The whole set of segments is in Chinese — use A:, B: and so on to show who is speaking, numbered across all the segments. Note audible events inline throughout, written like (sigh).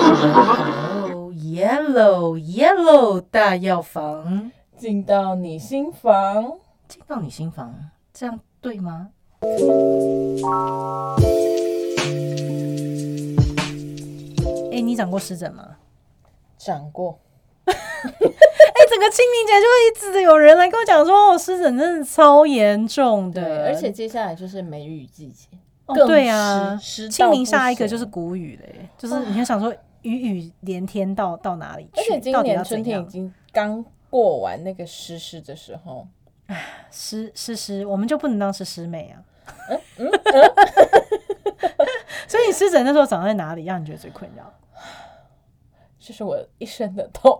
A: Oh, yellow, yellow 大药房，
B: 进到你心房。
A: 进到你心房，这样对吗？哎、你长过湿疹吗？
B: 长过，
A: 哎、整个清明节就一直有人来跟我讲说，哦，湿疹真的超严重的，
B: 对，而且接下来就是梅雨季节，
A: 哦，
B: 更
A: 对啊，
B: 湿湿到
A: 清明
B: 不
A: 下一个
B: 行
A: 就是谷雨嘞、就是你会想说雨雨连天到到哪里去？
B: 而且今
A: 到底要
B: 年
A: 怎
B: 春天已
A: 样
B: 经刚过完那个湿湿的时候，
A: 湿湿湿，我们就不能当是湿妹啊。 (laughs) 所以你湿疹那时候长在哪里，让你觉得最困扰？ (laughs)
B: 这是我一生的痛。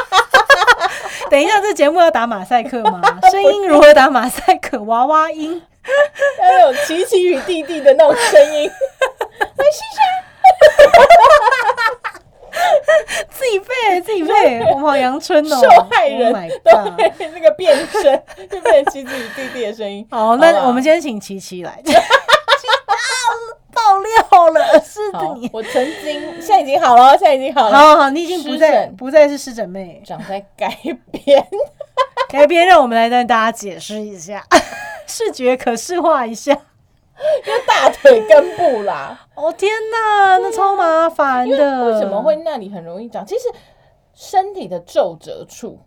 B: (laughs)
A: 等一下，这节目要打马赛克
B: (laughs)
A: 吗？声音如何打马赛克？娃娃音。
B: 要有琪琪与弟弟的那种声音，
A: 自己背，自己背，我们好阳春 (laughs) 哦！
B: 受害人 (laughs)
A: Oh my
B: 都
A: god！
B: 会那个变声， (laughs) 就变成琪琪与弟弟的声音。
A: (laughs) 好，
B: 好
A: 那
B: 吧
A: 我们今天请琪琪来。 (laughs) 琪琪啊爆料了，是的
B: 好
A: 你，。
B: 我曾经现在已经好了，现在已经好了，
A: 好好，你已经不
B: 湿
A: 再
B: 疹
A: 不再是师姐
B: (laughs)
A: 妹，
B: 长在改变。 (laughs)
A: 改编让我们来跟大家解释一下， (laughs) 视觉可视化一下。
B: 大腿根部啦，
A: 哦天哪，那超麻烦
B: 啊因为
A: 的。
B: 为什么会？那里很容易长？其实身体的皱褶处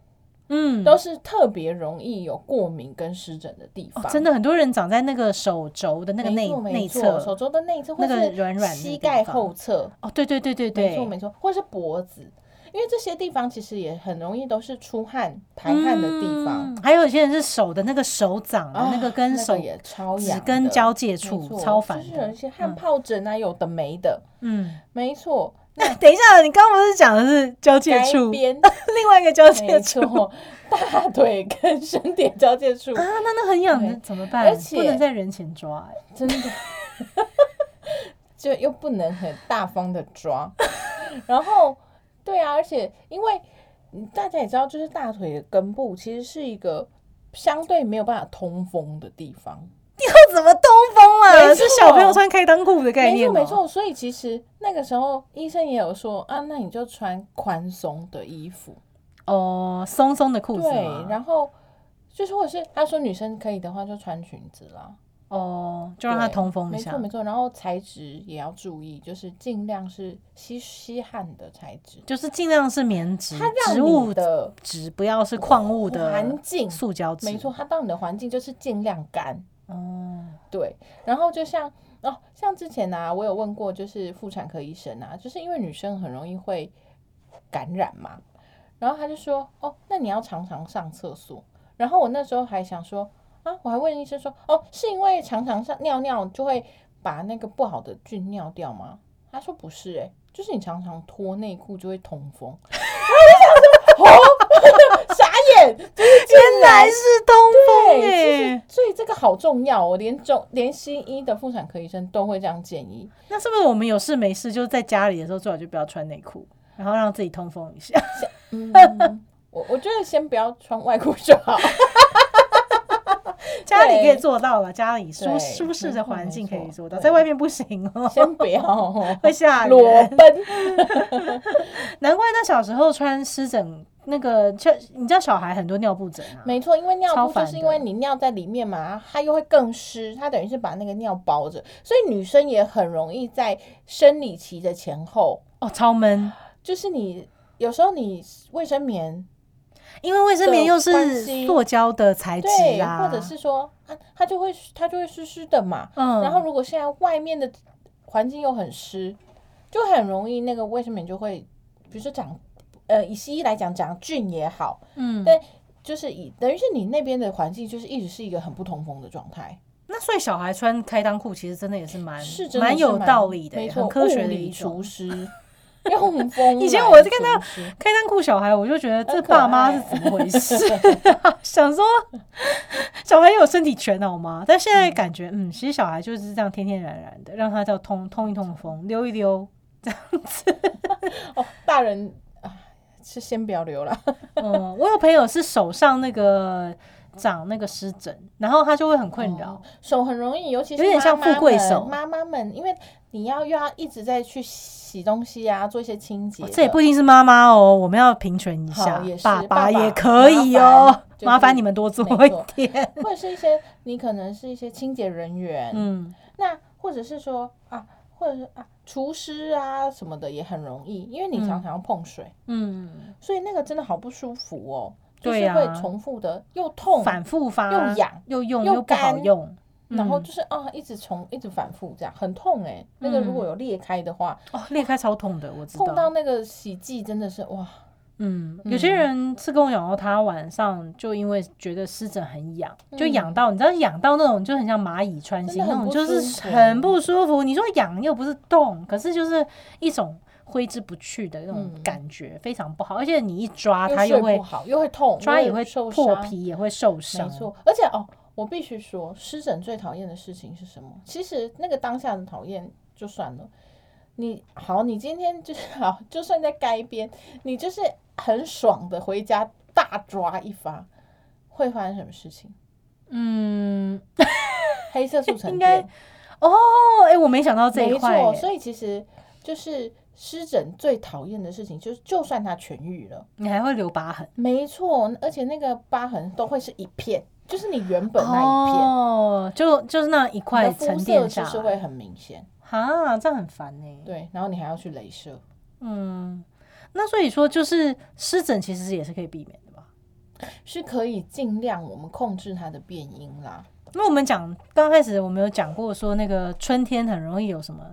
A: 嗯，
B: 都是特别容易有过敏跟湿疹的地
A: 哦
B: 方，
A: 真的很多人长在那个手肘的那个内
B: 没错
A: 内
B: 没错手
A: 侧。
B: 肘的内侧，或
A: 那个
B: 是
A: 软软的
B: 膝
A: 地
B: 盖
A: 方
B: 后侧，
A: 哦，对对对对对，
B: 没错没错，或是脖子。因为这些地方其实也很容易都是出汗、排汗的地方，
A: 嗯还有一些人是手的那个手掌的、
B: 啊
A: 那个跟手
B: 也超
A: 指
B: 痒的，
A: 跟交界
B: 没
A: 处
B: 错
A: 超烦
B: 就是有
A: 的
B: 一。些汗疱疹啊，有的没的，
A: 嗯，
B: 没错，
A: 等一下，你刚刚不是讲的是交界
B: 该
A: 处， (laughs)
B: 边
A: 另外一个交界
B: 没
A: 处
B: 错，大腿跟身体交界处
A: 啊，那那很痒的
B: 对
A: 怎么办？
B: 而且
A: 不能在人前抓、欸，
B: 真的，就又不能很大方的抓， (laughs) 然后对啊，而且因为嗯大家也知道，就是大腿的根部其实是一个相对没有办法通风的地方，
A: 要怎么通风啊？
B: 没错
A: 是小朋友穿开裆裤的概
B: 没
A: 念哦
B: 错
A: 吗？
B: 没错，所以其实那个时候医生也有说啊，那你就穿宽松的衣服，
A: 哦，松松的裤子
B: 对，
A: 嘛，
B: 然后就是或者是他说女生可以的话就穿裙子啦，
A: 哦，就让它
B: 对
A: 通风一
B: 没
A: 下
B: 错。没错，然后材质也要注意，就是尽量是吸吸汗的材质，
A: 就是尽量是棉质
B: 它、让
A: 植物
B: 你的
A: 质，不要是矿物的
B: 环境
A: 塑胶质。
B: 没错，，它让你的环境就是尽量干。
A: 哦，
B: 对，然后就像哦，像之前啊，我有问过，就是妇产科医生啊，就是因为女生很容易会感染嘛，然后他就说，哦，那你要常常上厕所。然后我那时候还想说，啊，我还问医生说，哦，是因为常常上尿尿就会把那个不好的菌尿掉吗？他说不是、欸，诶，就是你常常脱内裤就会通风。 (laughs) 然后我就想说，哦， (laughs) 傻眼，就是
A: 原来是通风
B: 对，
A: 哎、
B: 所以这个好重要哦，连中连西医的妇产科医生都会这样建议。
A: 那是不是我们有事没事就是在家里的时候最好就不要穿内裤，然后让自己通风一下？
B: (laughs) 嗯，我我觉得先不要穿外裤就
A: (laughs)
B: 好。
A: 家里可以做到了，家里舒
B: 对
A: 舒适的环境可以做到，
B: 没错没错
A: 在外面不行
B: (laughs)
A: 哦、
B: 先不要哦
A: 会吓
B: 裸
A: 人。
B: 奔，
A: 难怪那小时候穿湿疹那个，就你知道小孩很多尿布疹啊，
B: 没错，因为尿
A: 超
B: 布
A: 烦
B: 就是因为
A: 的
B: 你尿在里面嘛，它又会更湿，它等于是把那个尿包着，所以女生也很容易在生理期的前后，
A: 哦，超闷。
B: 就是你有时候你卫生棉
A: 因为卫生棉又是
B: 的关系
A: 塑胶的材质
B: 对，
A: 啊，
B: 或者是说啊，它就会它就会湿湿的嘛，
A: 嗯，
B: 然后如果现在外面的环境又很湿，就很容易那个卫生棉就会，比如说长，呃，以西医来讲长菌也好，
A: 嗯，
B: 但就是以等于是你那边的环境就是一直是一个很不通风的状态，
A: 那所以小孩穿开裆裤其实真的也是蛮
B: 是真的
A: 蛮
B: 是
A: 有道理的
B: 没
A: 耶，
B: 错，
A: 很科学
B: 物
A: 的
B: 理
A: 一种 (laughs)
B: 除湿，用风啊
A: 以前
B: 来
A: 我是看到
B: 除湿
A: 开裆裤小孩，我就觉得这
B: 很可
A: 爸妈
B: 爱
A: 是怎么回事？ (laughs) 想说小孩有身体全好吗？但现在感觉，嗯，其实小孩就是这样天天然然的，让他叫通通一通风，溜一溜。
B: 哦，大人啊是先不要流了， (laughs)
A: 嗯， (laughs) 我有朋友是手上那个长那个湿
B: 哦
A: 疹，然后他就会很困扰。
B: 手很容易，尤其是
A: 有点像
B: 妈妈
A: 富贵
B: 们
A: 手
B: 妈妈们因为你要又要一直在去洗东西啊，做一些清洁的、
A: 哦这也不一定是妈妈哦，我们要平权一
B: 好
A: 下
B: 也，是
A: 爸
B: 爸爸
A: 也可以哦，
B: 就是
A: (laughs) 麻烦你们多做
B: 没错
A: 一
B: (laughs)
A: 点。
B: 或者是一些你可能是一些清洁人员，
A: 嗯，
B: 那或者是说啊，或者是啊，厨师啊什么的也很容易，因为你常常要碰水，
A: 嗯，
B: 所以那个真的好不舒服哦，就
A: 对
B: 是
A: 啊
B: 会重复的又痛，
A: 反复发
B: 又痒
A: 又用
B: 又
A: 又不好
B: 干
A: 用，
B: 然后
A: 嗯
B: 就是啊一直重一直反复这样，很痛哎、那个如果有裂开的话， (laughs)
A: 哦，裂开超痛的，我嗯知
B: 碰到
A: 道。
B: 那个洗剂真的是哇，
A: 嗯，有些人是跟我讲说，他晚上就因为觉得湿疹很痒，就痒
B: 嗯
A: 到你知道痒到那种就很像蚂蚁穿
B: 真
A: 心
B: 的
A: 那种，
B: 很不
A: 就
B: 舒
A: 是
B: 服
A: 很不舒服。你说痒又不是痛，可是就是一种挥之不去的那种
B: 嗯
A: 感觉，非常不好。而且你一抓啊它
B: 睡
A: 又会
B: 不好，又会痛，
A: 抓也
B: 又
A: 会
B: 受
A: 破
B: 伤，
A: 皮，也会受伤。
B: 没错，而且哦，我必须说，湿疹最讨厌的事情是什么？其实那个当下的讨厌就算了，你好，你今天就是好，就算在街边，你就是很爽的回家大抓一发，会发生什么事情？
A: 嗯，
B: 黑色素
A: (laughs)
B: 沉
A: 应该
B: 淀，
A: 哦，哎、我没想到这一
B: 没
A: 块
B: 错。
A: 耶，
B: 所以其实就是湿疹最讨厌的事情，就是就算它痊愈了，
A: 你还会留疤痕。
B: 没错，而且那个疤痕都会是一片，就是你原本那一片。
A: 哦，就就是那一
B: 你
A: 块
B: 的
A: 沉
B: 肤色
A: 淀下
B: 就是
A: 来，
B: 会很明显，
A: 哈，这样很烦呢、
B: 对，然后你还要去镭射，
A: 嗯，那所以说就是湿疹其实也是可以避免的吧？
B: 是可以尽量我们控制它的变音啦。
A: 因为我们讲刚开始我们有讲过说那个春天很容易有什么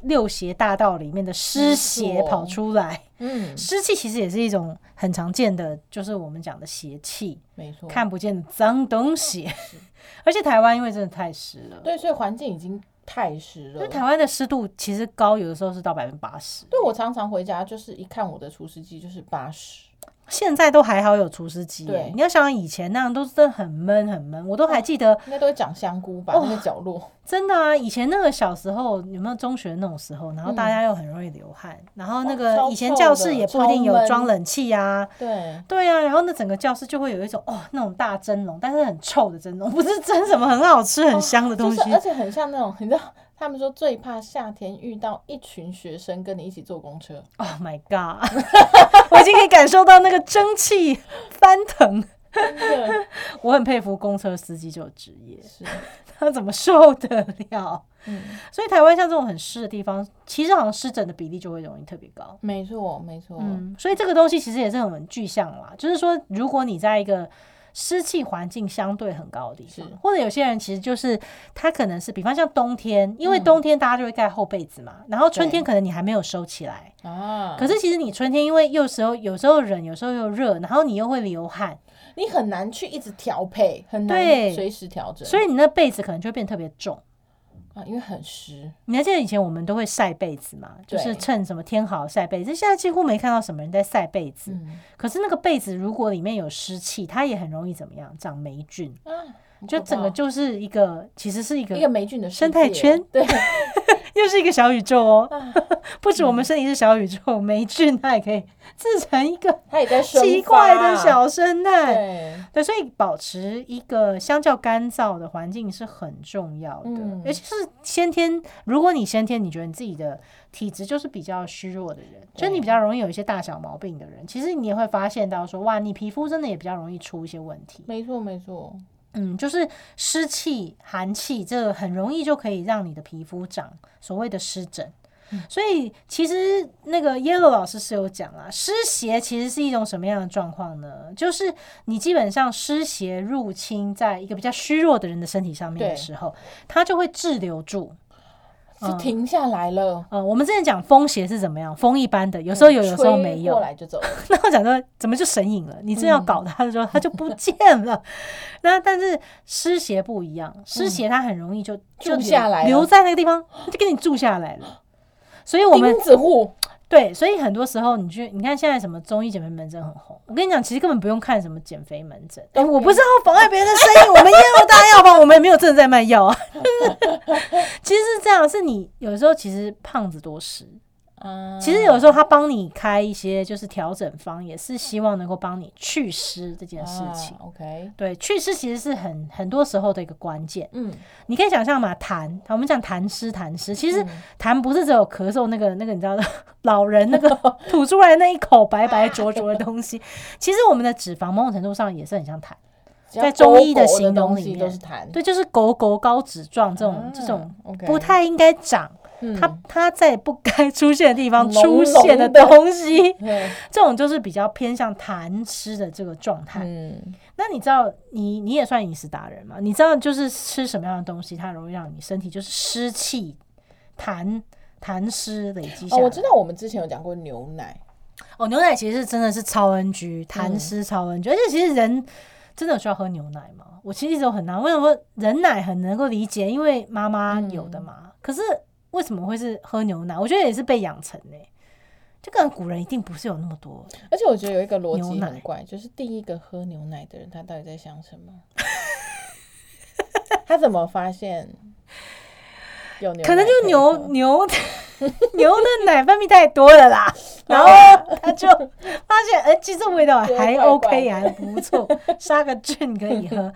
A: 六邪大道里面的湿
B: 没
A: 邪
B: 错
A: 跑出来，
B: 嗯，
A: 湿气其实也是一种很常见的，就是我们讲的邪气，
B: 没错。
A: 看不见的脏东西。 (laughs) 而且台湾因为真的太湿了，
B: 哦对，所以环境已经太湿
A: 因为
B: 了。
A: 台湾的湿度其实高，有的时候是到百分之八十。
B: 对我常常回家就是一看我的除湿机就是八十，
A: 现在都还好有除湿机耶
B: 对，哦
A: 你要想想以前那样都是真的很闷很闷，我都还记得，
B: 应该都会长香菇吧？那个角落，
A: 真的啊，以前那个小时候有没有中学那种时候，然后大家又很容易流汗，然后那
B: 哇超
A: 个以前
B: 嗯哦臭
A: 教
B: 的
A: 室也不
B: 超
A: 一定有
B: 闷
A: 装冷气啊。
B: 对，
A: (laughs) 对啊，然后那整个教室就会有一种哦，那种大蒸笼，但是很臭的蒸笼，不是蒸什么很好吃、很香的
B: 就
A: 东西
B: 是。而且很像那种，你知道，他们说最怕夏天遇到一群学生跟你一起坐公车，
A: Oh my god！我 (laughs) 已经可以感受到那个蒸汽翻腾。
B: 真的
A: 我很佩服公车司机这种职业，
B: 是，
A: 他怎么受得了？
B: 嗯，
A: 所以台湾像这种很湿的地方，其实好像湿疹的比例就会容易特别高。
B: 没错，没错，
A: 嗯，所以这个东西其实也是很具象啦，就是说，如果你在一个湿气环境相对很高的地方
B: 是，
A: 或者有些人其实就是他可能是，比方像冬天，因为
B: 嗯
A: 冬天大家就会盖厚被子嘛，然后春
B: 对
A: 天可能你还没有收起来，
B: 啊，
A: 可是其实你春天因为有时候有时候冷，有时候又热，然后你又会流汗，
B: 你很难去一直调配，很难
A: 对
B: 随时调整，
A: 所以你那被子可能就会变得特别重。
B: 啊，因为很湿，
A: 你还记得以前我们都会晒被子嘛？就是
B: 对
A: 趁什么天好晒被子，现在几乎没看到什么人在晒被子。
B: 嗯
A: 可是那个被子如果里面有湿气，它也很容易怎么样长霉菌，
B: 啊，很
A: 就
B: 可
A: 整个
B: 怕
A: 就是一个其实是一个
B: 一个霉菌的世
A: 生态
B: 界
A: 圈，
B: (laughs) 对，
A: (laughs) 又是一个小宇宙哦。
B: 啊
A: (laughs) 不止我们身体是小宇宙，霉菌它也可以制成一个
B: 它也在生
A: 奇怪的
B: 发啊
A: 小生态。
B: 对，
A: 对，所以保持一个相较干燥的环境是很重要的，
B: 嗯
A: 尤其是先天。如果你先天你觉得你自己的体质就是比较虚弱的人，就你比较容易有一些大小毛病的人，其实你也会发现到说，哇，你皮肤真的也比较容易出一些问题。
B: 没错没错，
A: 嗯，就是湿气、寒气，这很容易就可以让你的皮肤长所谓的湿疹。
B: 嗯
A: 所以其实那个 Yellow 老师是有讲啊，湿邪其实是一种什么样的状况呢？就是你基本上湿邪入侵在一个比较虚弱的人的身体上面
B: 对
A: 的时候，它就会滞留住。嗯
B: 是停下来了，嗯
A: 呃，我们之前讲风邪是怎么样，风一般的，有时候有，有时候
B: 吹
A: 没有
B: 过。来就走了，
A: 那我讲说，怎么就神隐了？你正
B: 嗯
A: 要搞他的时候，他就不见了。 (laughs) 那但是湿邪不一样，湿邪它很容易就就
B: 嗯住下来了
A: 留在那个地方，它就给你住下来了。所 (laughs) 以我们
B: 钉子户，
A: 对，所以很多时候你去，你看现在什么中医减肥门诊很红，我跟你讲，其实根本不用看什么减肥门诊。哎、我不是要妨碍别人的生意，我们也有大家药房，我们也没有真的在卖 (laughs) 药啊。其实是这样，是你有时候其实胖子多湿，
B: 嗯，
A: 其实有时候他帮你开一些就是调整方，也是希望能够帮你去湿这件事情。
B: 啊、OK，
A: 对，去湿其实是很很多时候的一个关键。
B: 嗯，
A: 你可以想象嘛，痰，我们讲痰湿，痰湿其实
B: 嗯
A: 痰不是只有咳嗽那个那个，你知道老人
B: (laughs)
A: 那个吐出来那一口白白浊浊的东西，其实我们的脂肪某种程度上也是很像痰。
B: 只要
A: 在中医
B: 狗
A: 的
B: 狗
A: 形容
B: 东
A: 里
B: 西
A: 面
B: 都是痰，
A: 对，就是狗狗高脂状这种、
B: 啊
A: 这种
B: OK，
A: 不太应该长，
B: 嗯
A: 它它在不该 (laughs) 出现的地方
B: 浓
A: 出现的
B: 浓的
A: 东西，
B: 对，
A: 这种就是比较偏向痰湿的这个状态。
B: 嗯
A: 那你知道你你也算饮食达人嘛？你知道就是吃什么样的东西，它容易让你身体就是湿气、痰痰湿累积下
B: 哦，
A: 来。
B: 我知道我们之前有讲过牛奶，
A: 哦牛奶其实是真的是超
B: 嗯
A: NG，痰湿超 NG，、而且其实人真的有需要喝牛奶吗？我其实一直都很难，为什么人奶很能够理解，因为妈妈有的
B: 嗯
A: 嘛。可是为什么会是喝牛奶？我觉得也是被养成呢、这个古人一定不是有那么多
B: 而且我觉得有一个逻辑
A: 牛
B: 很
A: 奶
B: 怪，就是第一个喝牛奶的人，他到底在想什么？ (laughs) 他怎么发现有牛奶
A: 可能就
B: 以
A: 牛
B: 喝
A: 牛牛的奶分泌太多了啦，
B: (laughs)
A: 然后他就发现，哎、其实味道
B: 嗯觉得
A: 还
B: 怪怪
A: OK，也还不错，杀个菌可以喝。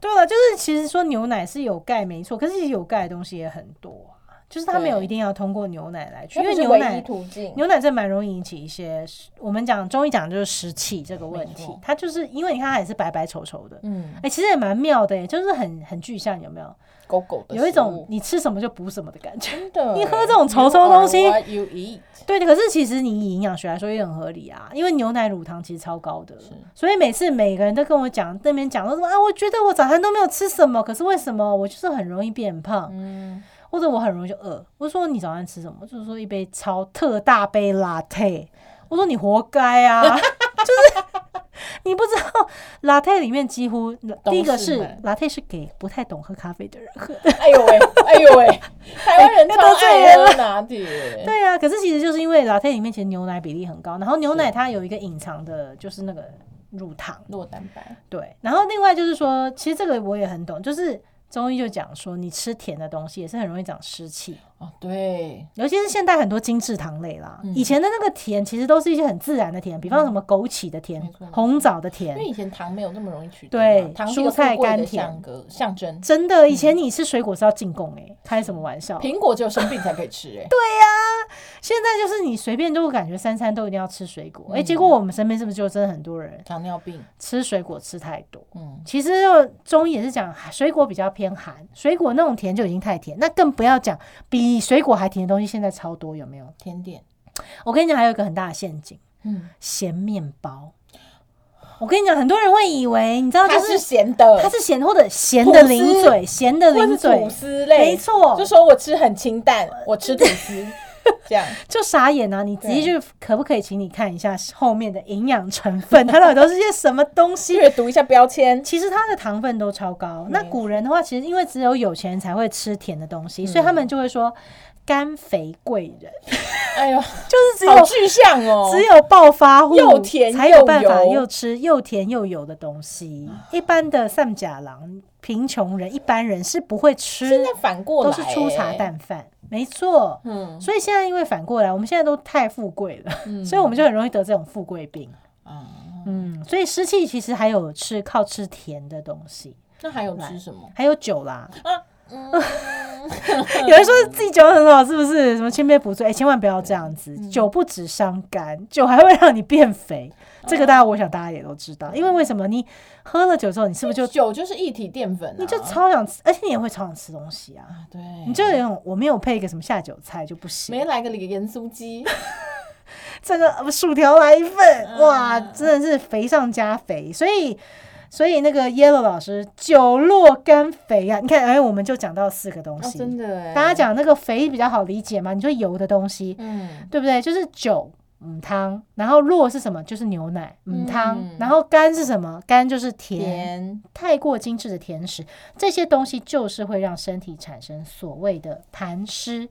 A: 对了，就是其实说牛奶是有钙没错，可是其实有钙的东西也很多啊，就是它没有
B: 对
A: 一定要通过牛奶来去，因
B: 那
A: 为
B: 不是
A: 牛
B: 唯一
A: 奶
B: 途径。
A: 牛奶这蛮容易引起一些，我们讲中医讲就是湿气这个问
B: 没
A: 题
B: 错，
A: 它就是因为你看它也是白白稠稠的，
B: 嗯
A: 哎、，其实也蛮妙的、就是很很具象，有没有？
B: 狗狗的
A: 有一
B: 食
A: 种
B: 物
A: 你吃什么就补什么的感觉。
B: 真的，
A: 你喝这种稠稠东西
B: You are what you eat
A: 对，可是其实你以营养学来说也很合理啊，因为牛奶乳糖其实超高的
B: 是，
A: 所以每次每个人都跟我讲那边讲说什么啊，我觉得我早餐都没有吃什么，可是为什么我就是很容易变胖，
B: 嗯，
A: 或者我很容易就饿？我说你早餐吃什么？就是说一杯超特大杯 latte，我说你活该
B: (laughs)
A: 啊，就是 (laughs) 你不知道 latte 里面几乎第一个
B: 都是
A: 是
B: 奶
A: latte 是给不太懂喝咖啡的人喝，
B: 哎呦
A: (laughs)
B: 喂，哎呦喂，台湾人
A: 要
B: 超
A: 得罪
B: 爱
A: 人
B: 喝拿铁，
A: 对啊，可是其实就是因为 latte 里面其实牛奶比例很高，然后牛奶
B: 是
A: 它有一个隐藏的，就是那个乳糖。
B: 弱蛋白，
A: 对，然后另外就是说，其实这个我也很懂，就是中医就讲说，你吃甜的东西也是很容易长湿气，
B: 哦对，
A: 尤其是现在很多精致糖类啦。
B: 嗯
A: 以前的那个甜其实都是一些很自然的甜，比方说什么枸杞的甜
B: 没错没、错
A: 红枣的
B: 因为
A: 甜。
B: 以前糖没有那么容易取代
A: 对
B: 嘛，糖是一个
A: 蔬菜
B: 富贵的
A: 甘甜
B: 象格象征，
A: 真的，以
B: 嗯
A: 前你吃水果是要进贡诶，开什么玩笑？
B: 苹果只有生病才可以吃，哎，
A: 现在就是你随便都感觉三餐都一定要吃水果，诶，
B: 嗯
A: 结果我们身边是不是就真的很多人
B: 糖尿病，
A: 吃水果吃太多？
B: 嗯，
A: 其实就中医也是讲水果比较偏寒，水果那种甜就已经太甜，那更不要讲比水果还甜的东西，现在超多，有没有？
B: 甜点，
A: 我跟你讲，还有一个很大的陷阱，
B: 嗯，
A: 咸面包。我跟你讲，很多人会以为你知道，就
B: 它
A: 是
B: 是咸的，
A: 它是咸或者咸的零嘴，咸的
B: 或是
A: 零嘴
B: 吐，司类，
A: 没错
B: 就，说我吃很清淡，我吃吐司，
A: (laughs)
B: 这样
A: 就傻眼啊！你直接就可不可以请你看一下后面的营养成分，它到底都是些什么东西？
B: 阅读一下标
A: (laughs)
B: 签，
A: 其实它的糖分都超高。那
B: 没
A: 古人的话，其实因为只有有钱人才会吃甜的东西，所以他们就会说甘肥贵人，
B: 哎呦，
A: 就是只有、
B: 好具象哦，
A: 只有暴发户
B: 又甜又
A: 才有办法
B: 油
A: 又啊吃又甜又油的东西。一般的散甲郎、贫穷人、一般人是不会
B: 现
A: 吃
B: 在，反过来
A: 都是粗茶
B: 哎，
A: 淡饭。没错，
B: 嗯
A: 所以现在因为反过来，我们现在都太富贵了，
B: 嗯
A: 所以我们就很容易得这种富贵病。
B: 啊，
A: 嗯，所以湿气其实还有吃靠吃甜的东西，
B: 那还有吃什么？
A: 还有酒啦。 (laughs)
B: 嗯，
A: 有人说自己酒很好，是不是？什么千杯不醉？哎、千万不要这样子，
B: 嗯
A: 酒不止伤肝，酒还会让你变肥。
B: 嗯
A: 这个大家，我想大家也都知道，因为为什么你喝了酒之后，你是不是就
B: 酒就是一体淀粉啊，
A: 你就超想吃，而且你也会超想吃东西啊？
B: 啊对，
A: 你就有一种我没有配一个什么下酒菜就不行，
B: 没来个盐酥鸡，
A: 这个呃薯条来一份，
B: 嗯
A: 哇，真的是肥上加肥，所以。所以那个 Yellow 老师酒落肝肥啊，你看，哎，我们就讲到四个东
B: 哦，
A: 西。
B: 真的哎，
A: 大家，讲那个肥比较好理解嘛，你说油的东西，
B: 嗯，
A: 对不对？就是酒、嗯汤，然后弱是什么？就是牛奶、嗯汤，
B: 嗯
A: 然后干是什么？干就是甜，
B: 甜，
A: 太过精致的甜食，这些东西就是会让身体产生所谓的痰湿，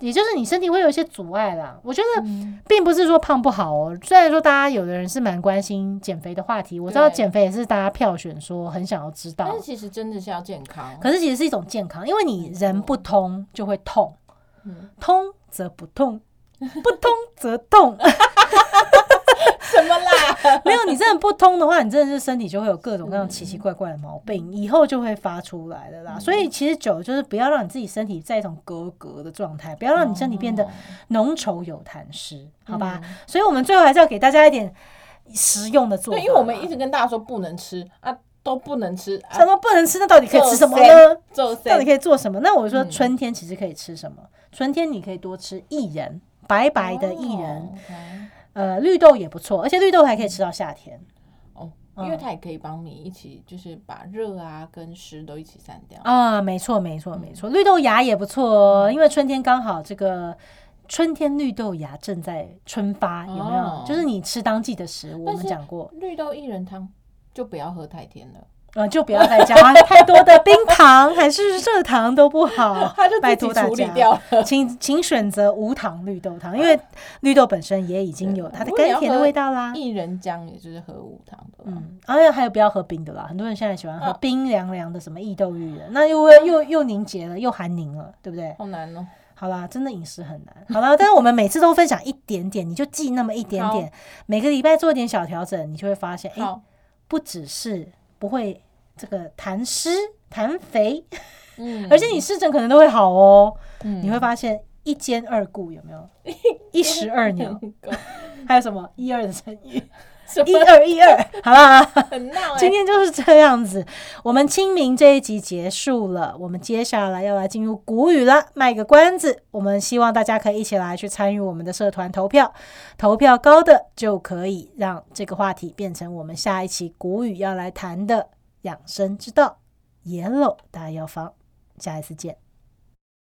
A: 也就是你身体会有一些阻碍啦。我觉得
B: 嗯
A: 并不是说胖不好哦，虽然说大家有的人是蛮关心减肥的话题，我知道
B: 对
A: 减肥也是大家票选说很想要知道
B: 但是，其实真的是要健康，
A: 可是其实是一种健康，因为你人不通就会痛，
B: 嗯 (laughs)
A: 通则不痛。不通则痛。 (laughs)
B: 什么啦？
A: 没有，你真的不通的话，你真的是身体就会有各种各样奇奇怪怪的毛病，
B: 嗯
A: 以后就会发出来的啦。所以其实久了就是不要让你自己身体在一种格格的状态，不要让你身体变
B: 哦
A: 得浓稠有痰湿，好吧？
B: 嗯
A: 所以我们最后还是要给大家一点实用的做法啦。
B: 对，因为我们一直跟大家说不能吃啊，都不能吃
A: 想
B: 啊，
A: 说不能吃，那到底可以吃什么
B: 做
A: 呢？到
B: 做
A: 底
B: 谁？
A: 可以做什么？那我说
B: 嗯
A: 春天其实可以吃什么？春天你可以多吃薏仁，白白的薏仁，
B: 哦，OK
A: 呃，绿豆也不错，而且绿豆还可以吃到夏天。
B: 哦，
A: 嗯
B: 因为它也可以帮你一起，就是把热啊跟湿都一起散掉。
A: 啊，没错，没错，没错，绿豆芽也不错哦，因为春天刚好这个春天绿豆芽正在春发，有没有？
B: 哦
A: 就是你吃当季的食物，我
B: 但
A: 们
B: 是
A: 讲过，
B: 绿豆薏仁汤就不要喝太甜了，
A: 呃，就不要再加太多的冰糖还是蔗糖都不好， (laughs)
B: 它就
A: 哦拜
B: 自
A: 托
B: 己
A: 大
B: 处理
A: 家，
B: 掉
A: (laughs)
B: 了。
A: 请请选择无糖绿豆汤，因为绿豆本身哦也已经有它的
B: 如果你
A: 甘
B: 要
A: 甜的
B: 喝
A: 味道啦。
B: 薏仁浆也就是喝无糖的，嗯，
A: 嗯，而且还有不要喝冰的啦，很多人现在喜欢喝
B: 嗯
A: 冰凉凉的，什么益豆芋的，那又会又又凝结了，又含凝了，对不对？
B: 好难哦。
A: 好啦，真的饮食很难。好啦，但是我们每次都分享一点点，你就记那么一点点，每个礼拜做一点小调整，你就会发现，哎、
B: 好，
A: 不只是不会这个痰湿、痰肥，
B: 嗯，
A: 而且你湿疹可能都会好哦。
B: 你
A: 你会发现一兼二顾，有没有？一石二鸟，
B: (laughs)
A: 还有什么一二的成语？
B: 什
A: 一
B: 么
A: 二一二，好啦。
B: 很闹哎
A: 今，天就是这样子，我们清明这一集结束了，我们接下来要来进入古语了，卖个关子。我们希望大家可以一起来去参与我们的社团投票，投票高的就可以让这个话题变成我们下一期古语要来谈的养生之道。野 e 大药方，下一次见。